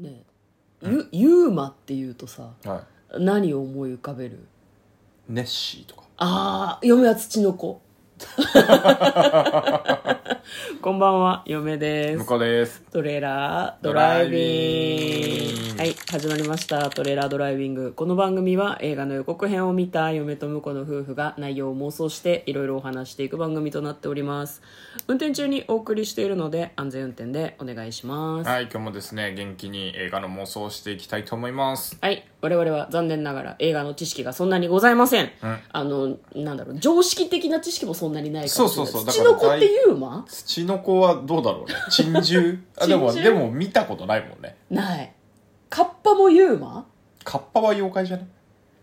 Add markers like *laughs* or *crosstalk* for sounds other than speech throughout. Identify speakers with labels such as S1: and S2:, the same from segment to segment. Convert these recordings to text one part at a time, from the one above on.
S1: ねゆユーマっていうとさ
S2: は
S1: 何を思い浮かべる
S2: いネッシーとか
S1: ああ嫁は土の子 *laughs* こんばんは嫁です
S2: 向こうです
S1: トレーラード
S2: ド
S1: ラ
S2: ラ
S1: イ
S2: イ
S1: ビ
S2: ビ
S1: ン
S2: ン
S1: グ
S2: グ
S1: はい始まりましたトレーラードライビングこの番組は映画の予告編を見た嫁と婿の夫婦が内容を妄想していろいろお話していく番組となっております運転中にお送りしているので安全運転でお願いします
S2: はい今日もですね元気に映画の妄想をしていきたいと思います
S1: はい。我々は残念ながら映画の知識がそんなにございません。あの、なんだろう、常識的な知識もそんなにないから。
S2: そうそうそう
S1: 土の子ってユーマ
S2: 土の子はどうだろうね珍獣あでも
S1: 珍
S2: で
S1: 獣
S2: も見たことないもんね
S1: ない。カッパもユーマ
S2: カッパは妖怪じゃない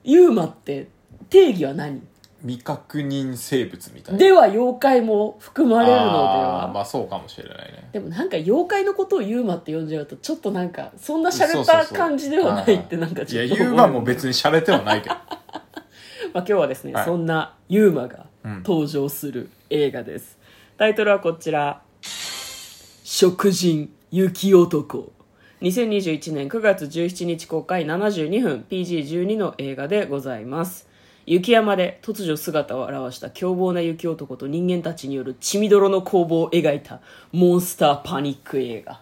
S1: ユーマって定義は何
S2: 未確認生物みたいな
S1: では妖怪も含まれるので
S2: あー
S1: は。
S2: まあそうかもしれないね
S1: でもなんか妖怪のことをユーマって呼んじゃうと、ちょっとなんか、そんな洒
S2: そう
S1: 落
S2: そう
S1: た
S2: そう
S1: 感じではないってなんか
S2: い
S1: ちょ
S2: や
S1: っと思う。
S2: ユーマも別に洒落てはないけど
S1: *laughs* まあ、今日はですね、
S2: はい
S1: そんなユーマが
S2: うん
S1: 登場する映画です、タイトルはこちら「食人雪男」2021年9月17日公開72分 PG12 の映画でございます雪山で突如姿を現した凶暴な雪男と人間たちによる血みどろの攻防を描いたモンスターパニック映画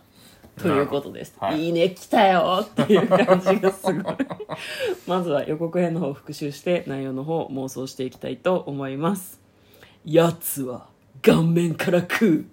S1: ということです、
S2: なるほどはい
S1: いいね来たよっていう感じがすごい *laughs* まずは予告編の方を復習して内容の方を妄想していきたいと思いますやつは顔面から食う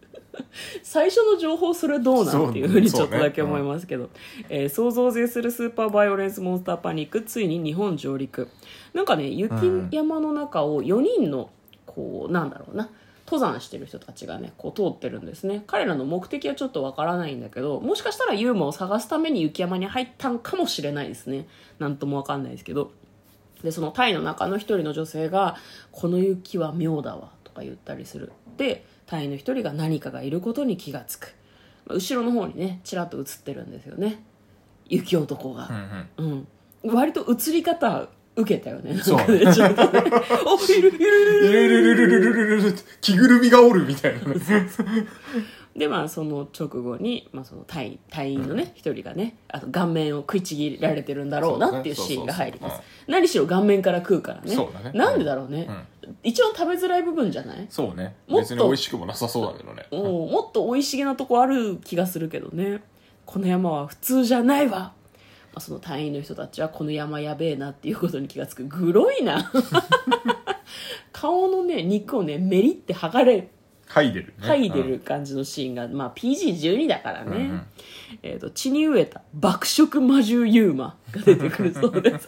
S1: 最初の情報それどうなんっていうふうにち
S2: そ
S1: ょ
S2: う
S1: っとだけ思いますけど、えー想像を絶するスーパーバイオレンスモンスターパニックついに日本上陸なんかね雪山の中を4人のこうなんだろうな登山してる人たちがねこう通ってるんですね彼らの目的はちょっとわからないんだけどもしかしたらユーマを探すために雪山に入ったんかもしれないですねなんともわかんないですけどでそのタイの中の一人の女性が「この雪は妙だわ」とか言ったりするでタイの一人が何かがいることに気がつくまあ後ろの方にねちらっと映ってるんですよね雪男が
S2: うん、うん
S1: うん、割と映り方受けたよね
S2: そう
S1: なんかねちょっ
S2: *laughs*
S1: とねおいるいるいるいる
S2: ルルルルルルルルルって着ぐるみがおるみたいなね
S1: でまあその直後に、まあ、その隊隊員のね一、人がねあと顔面を食いちぎられてるんだろうなっていう
S2: そう
S1: シ
S2: ね
S1: ーンが入ります、
S2: そうそう
S1: 何しろ顔面から食うからね
S2: そうだね
S1: なんでだろうね、一応食べづらい部分じゃない
S2: そうね
S1: もっと
S2: 別に美味しくもなさそうだけどね
S1: もうもっと生い茂なとこある気がするけどねこの山は普通じゃないわ、まあ、その隊員の人たちはこの山やべえなっていうことに気がつくグロいな *laughs* 顔のね肉をねメリって剥がれ
S2: 剥いでるね
S1: 剥いでる感じのシーンが、まあ、PG12 だからね、
S2: うんうん
S1: えー、と血に飢えた爆食魔獣ユーマが出てくるそう
S2: *laughs*
S1: です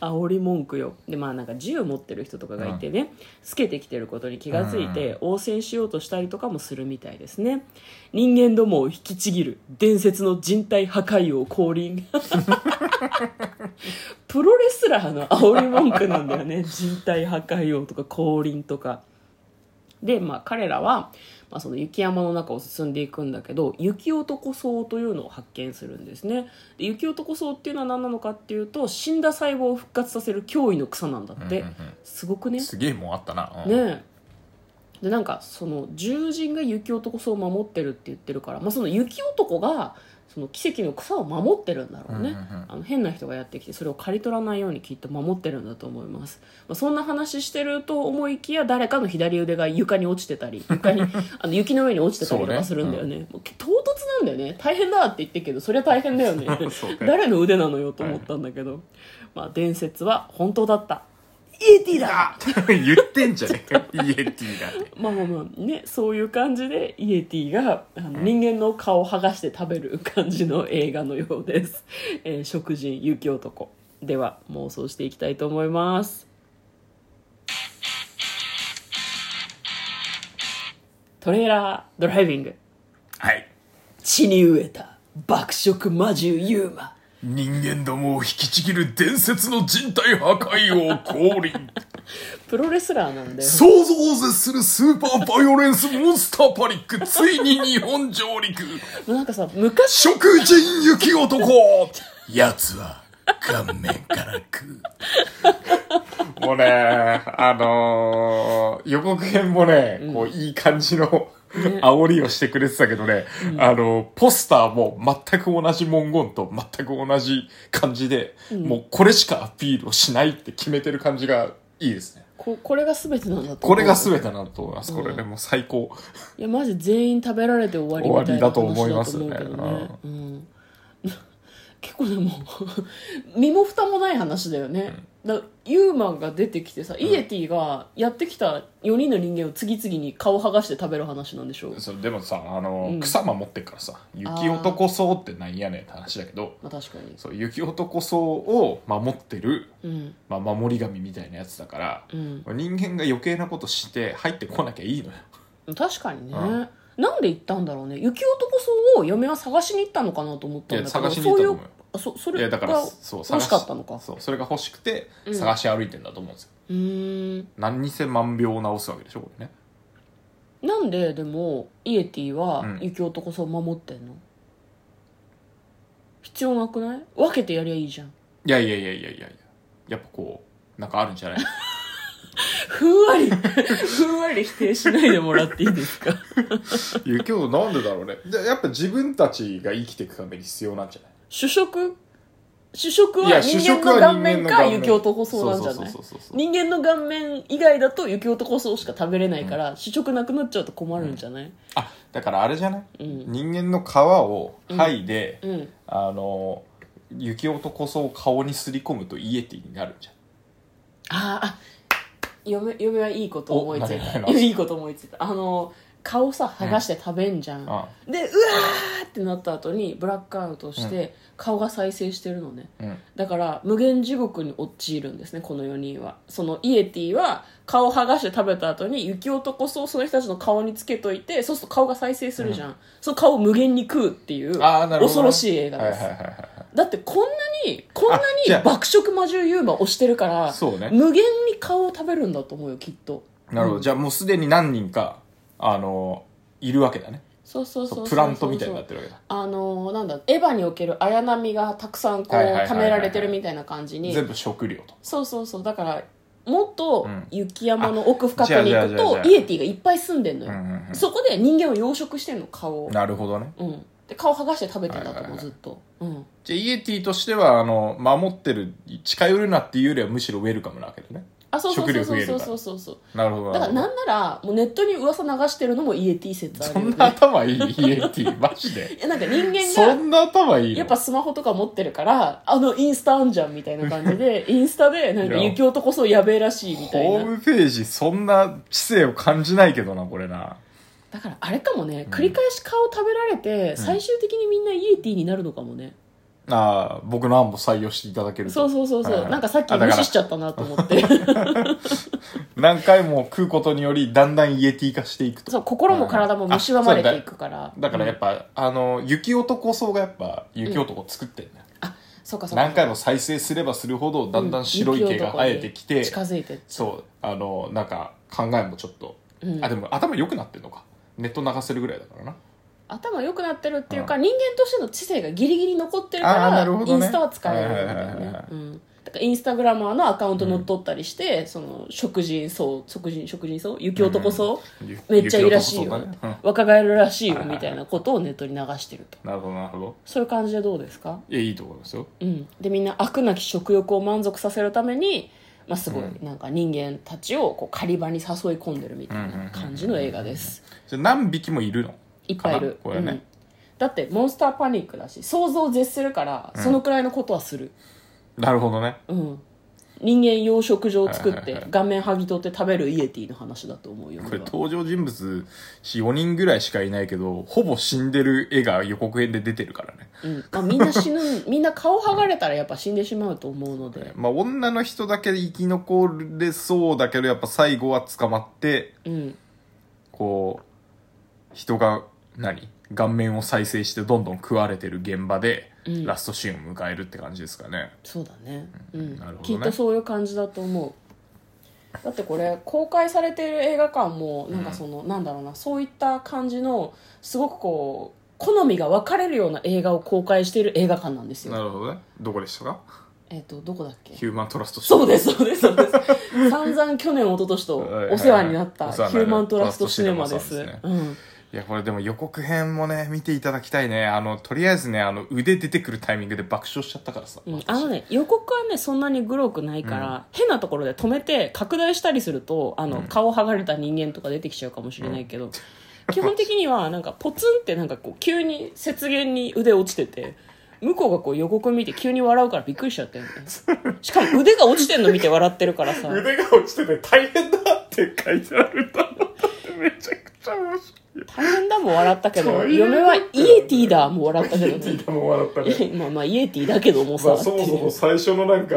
S1: 煽り文句よでまあなんか銃を持ってる人とかがいてね、透けてきてることに気がついて、応戦しようとしたりとかもするみたいですね人間どもを引きちぎる伝説の人体破壊王降
S2: *laughs*
S1: 臨プロレスラーの煽り文句なんだよね人体破壊王とか降臨とかで、まあ、彼らは、まあ、その雪山の中を進んでいくんだけど雪男草というのを発見するんですねで雪男草っていうのは何なのかっていうと死んだ細胞を復活させる脅威の草なんだ
S2: うんう
S1: っ
S2: ん
S1: て、
S2: うん
S1: すごくね
S2: すげえもんあったなうん
S1: ねえでなんかその獣人が雪男草を守ってるって言ってるから、まあ、その雪男がその奇跡の草を守ってるんだろうね、
S2: うんうんうん
S1: あの変な人がやってきてそれを刈り取らないようにきっと守ってるんだと思います、まあ、そんな話してると思いきや誰かの左腕が床に落ちてたり床 *laughs* にあの雪の上に落ちてたりとかするんだよねもう唐突なんだよね大変だって言ってるけどそりゃ大変だ *laughs* よね
S2: そうね
S1: 誰の腕なのよと思ったんだけど、まあ伝説は本当だったイエティだ
S2: 言ってんじゃねえイエティだって
S1: まあまあまあねそういう感じでイエティがあの人間の顔を剥がして食べる感じの映画のようです、 *laughs* えー食人雪男では妄想していきたいと思いますトレーラードライビング
S2: はい
S1: 血に飢えた爆食魔獣ユーマ
S2: 人間どもを引きちぎる伝説の人体破壊王降臨
S1: プロレスラーなん *laughs* だよ
S2: 想像を絶するスーパーバイオレンスモンスターパニックついに日本上陸
S1: なんかさ昔
S2: 食人雪男奴は顔面から食うもうねあのー予告編もね、こういい感じの煽りをしてくれてたけどね、あの、ポスターも全く同じ文言と全く同じ感じで、もうこれしかアピールをしないって決めてる感じがいいですね。
S1: ここれが全てなんだと思う
S2: これが全てなんだと思います。これね、もう最高。
S1: いやマジ全員食べられて終わりみたいな話だと思うけどね
S2: 終わりだと思いますよね
S1: うん結構でも *laughs* 身も蓋もない話だよね、だユーマが出てきてさ、イエティがやってきた4人の人間を次々に顔剥がして食べる話なんでしょう、
S2: そうでもさ、あの、
S1: うん
S2: 草守ってっからさ、雪男層ってなんやねんって話だけど、
S1: まあ、確かに
S2: そう、雪男層を守ってる、
S1: うん
S2: まあ、守り神みたいなやつだから、
S1: うん
S2: 人間が余計なことして入ってこなきゃいいのよ。
S1: 確かにね、
S2: うん
S1: なんで行ったんだろうね雪男そを嫁は探しに行ったのかなと思ったんだけど
S2: いや探しに行ったと思うよ
S1: そういうあそそ
S2: い
S1: れ
S2: や
S1: が
S2: だからそう
S1: 欲しかったのか
S2: そうそれが欲しくて
S1: うん
S2: 探し歩いてんだと思うんですよ、
S1: うーん
S2: 何にせ万病を治すわけでしょこれね
S1: なんででもイエティは
S2: うん
S1: 雪男さん守ってんの、必要なくない分けてやりゃいいじゃん
S2: いやいやいやいやいやいややっぱこうなんかあるんじ *laughs* ゃない
S1: ふん
S2: *laughs*
S1: わりふんわり否定しないでもらっていいですか
S2: いや今日なんでだろうねでやっぱ自分たちが生きていくために必要なんじゃない
S1: 主食主食はい
S2: や
S1: 人
S2: 主
S1: 間
S2: 食
S1: の
S2: は
S1: 顔面か
S2: 人間の顔面
S1: 雪男そうなんじゃない
S2: そうそうそうそう
S1: 人間の顔面以外だと雪男そうしか食べれないから、主食なくなっちゃうと困るんじゃない、
S2: あだからあれじゃない、
S1: うん
S2: 人間の皮を剥いで、
S1: うん、
S2: あの雪男層を顔にすり込むとイエティになるんじゃん
S1: あーあ嫁嫁はいいこと思いつい
S2: お何
S1: た
S2: 何何
S1: いいこと思いついたあの顔さ剥がして食べんじゃん、
S2: あ
S1: でうわーってなった後にブラックアウトして顔が再生してるのね、
S2: うん
S1: だから無限地獄に陥るんですねこの4人はそのイエティは顔剥がして食べた後に雪男草をその人たちの顔につけといてそうすると顔が再生するじゃん、その顔を無限に食うっていう
S2: あーなるほどね
S1: 恐ろしい映画
S2: はいは
S1: で
S2: い
S1: す、
S2: はいはい
S1: だってこんなにこんな
S2: あじゃあ
S1: に爆食魔獣ユーマ推してるから
S2: そうね
S1: 無限に顔を食べるんだと思うよきっと
S2: なるほど、じゃあもうすでに何人かあのいるわけだね
S1: そうそうそうそう
S2: プラントみたいになってるわけだ
S1: あのーなんだエヴァにおける綾波がたくさんこう
S2: はいはいはいはい
S1: 貯められてるみたいな感じに
S2: 全部食料と
S1: そうそうそうだからもっと
S2: うん
S1: 雪山の奥深くに
S2: あ
S1: 行
S2: じ
S1: く
S2: ゃあじゃあじゃあ
S1: とイエティがいっぱい住んでんの
S2: うん
S1: よ、
S2: うんうん
S1: そこで人間を養殖してんの顔を、
S2: なるほどね
S1: うん、で顔剥がして食べてんだと思う、
S2: はいはいはい
S1: ずっと、うん、
S2: じゃあイエティとしてはあの守ってる近寄るなっていうよりはむしろウェルカムなわけでね
S1: あそうそう
S2: 食
S1: そう
S2: 料増えるか
S1: そう
S2: ら
S1: そうそうそう
S2: なるほど
S1: だから
S2: な
S1: な
S2: る
S1: んならもうネットに噂流してるのもイエティ説あ
S2: ほどそ
S1: るよ
S2: ん
S1: ね
S2: な頭いいイエティマジで
S1: いやなんか人
S2: そ
S1: 間が
S2: んな頭いいの
S1: やっぱスマホとか持ってるからあのインスタあんじゃんみたいな感じでインスタでなんか
S2: いや
S1: 雪男そうやべえらしいみたい
S2: ホー
S1: な
S2: ムページそんな知性を感じないけどなこれな
S1: だからあれかもね繰り返し顔食べられて最終的にみんなイエティになるのかもね、
S2: ああ僕の案も採用していただけると
S1: そうそうそうそう、
S2: はいはい
S1: なんかさっき
S2: あだ
S1: 無
S2: から
S1: 視しちゃったなと思って
S2: *laughs* 何回も食うことによりだんだんイエティ化していくと
S1: そう心も体も蝕まれていくから
S2: だからやっぱ、あの雪男層がやっぱ雪男作ってんだよ、
S1: そうかそうか
S2: 何回も再生すればするほどだんだん白い毛が生えてき
S1: う
S2: て、
S1: ん近づいてって
S2: そうあのなんか考えもちょっと、
S1: うん
S2: あでも頭良くなってんのかネット流せるぐらいだからな
S1: 頭良くなってるっていうか、
S2: う
S1: 人間としての知性がギリギリ残ってるか
S2: あーな
S1: ら、
S2: るほ
S1: イ
S2: ど
S1: ン
S2: ね
S1: スタは使えるんだ
S2: はいは
S1: よ
S2: いはいはい
S1: ねうんだからインスタグラマーのアカウント乗っ取ったりして、その食人層食人食人層雪男層、
S2: ゆ
S1: めっちゃいいらしい
S2: 雪
S1: よ、
S2: 男層だね
S1: 若返るらしいよ
S2: はいはい
S1: みたいなことをネットに流してると
S2: うんなるほどなるほど
S1: そういう感じでどうですか
S2: いやいいと思いますよ
S1: うん、でみんな悪なき食欲を満足させるために、まあ、すごいなんか人間たちをこう狩り場に誘い込んでるみたいな感じの映画です
S2: じゃあ何匹もいるの *laughs*
S1: いっぱいいる、
S2: かなこれね
S1: うん、だってモンスターパニックだし想像を絶するからそのくらいのことはする、
S2: なるほどね
S1: うん人間養殖場を作っ
S2: はいは
S1: て
S2: いはい
S1: 顔面剥ぎ取って食べるイエティの話だと思うよ
S2: こ
S1: 俺
S2: れ
S1: は
S2: 登場人物4人ぐらいしかいないけどほぼ死んでる絵が予告編で出てるからね
S1: うんまあ、みんな死ぬみんな顔剥がれたらやっぱ死んでしまうと思うので、
S2: まあ、女の人だけ生き残れそうだけどやっぱ最後は捕まって
S1: うん、
S2: こう人が何顔面を再生してどんどん食われてる現場で、
S1: うん
S2: ラストシーンを迎えるって感じですかね
S1: そうだね,、うん
S2: なるほどね
S1: きっとそういう感じだと思うだってこれ公開されてる映画館もなんかその、なんだろうなそういった感じのすごくこう好みが分かれるような映画を公開している映画館なんですよ
S2: なるほどねどこでしたか
S1: えっ、とどこだっけ
S2: ヒューマントラスト
S1: そうですそうですそうです
S2: *laughs*
S1: 散々去年一昨年とお世話になった
S2: はい
S1: ヒ
S2: はいはい
S1: ューマントラストシネマで
S2: お世
S1: す
S2: 話になりまし
S1: うん
S2: いや、これでも予告編もね、見ていただきたいね。あの、とりあえずね、あの、腕出てくるタイミングで爆笑しちゃったからさ。
S1: うん、
S2: 私
S1: あのね予告はねそんなにグロくないから、変なところで止めて拡大したりするとあの、顔剥がれた人間とか出てきちゃうかもしれないけど、基本的にはなんかポツンってなんかこう急に雪原に腕落ちてて向こうがこう予告見て急に笑うからびっくりしちゃったよね
S2: *laughs*
S1: しかも腕が落ちてんの見て笑ってるからさ
S2: 腕が落ちてて大変だって書いてあるんだもんだってめちゃくちゃ面 *laughs* 白い。
S1: 大変だも笑ったけ
S2: *laughs*
S1: ど
S2: そういう
S1: 嫁はイエティだも笑ったけ
S2: *laughs*
S1: どね
S2: 聞いたもん笑ったね。
S1: *laughs* まあまあイエティだけどもさ
S2: まあ、そもそも最初のなんか、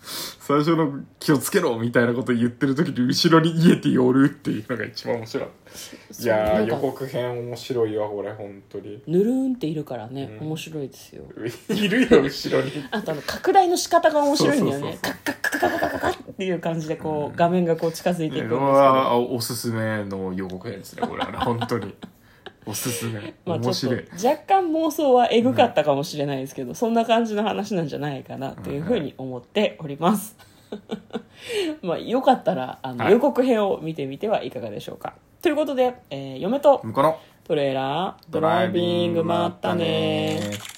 S2: *laughs* 最初の気をつけろみたいなこと言ってる時に後ろにイエティおるっていうのが一番面白い。いや
S1: な
S2: ー、
S1: んか
S2: 予告編面白いわ、これ、本当に。
S1: ぬるーんっているからね、
S2: うん
S1: 面白いですよ
S2: いるよ、後ろに。
S1: あとあの拡大の仕方が面白いんだよね
S2: そう
S1: カッカッカカカカカカっていう感じでこう画面がこう近づいていくんですけど、
S2: これはおすすめの予告編ですねこれは *laughs* ね本当におすすめ
S1: まあ、ちょ
S2: 面
S1: っと
S2: 白い、
S1: 若干妄想はエグかったかもしれないですけど、そんな感じの話なんじゃないかなというふうに思っております、まあよかったらあの
S2: はい
S1: 予告編を見てみてはいかがでしょうか、ということで、えー嫁と
S2: 向こうの
S1: トレーラードライビングまったね
S2: ドライビングまったね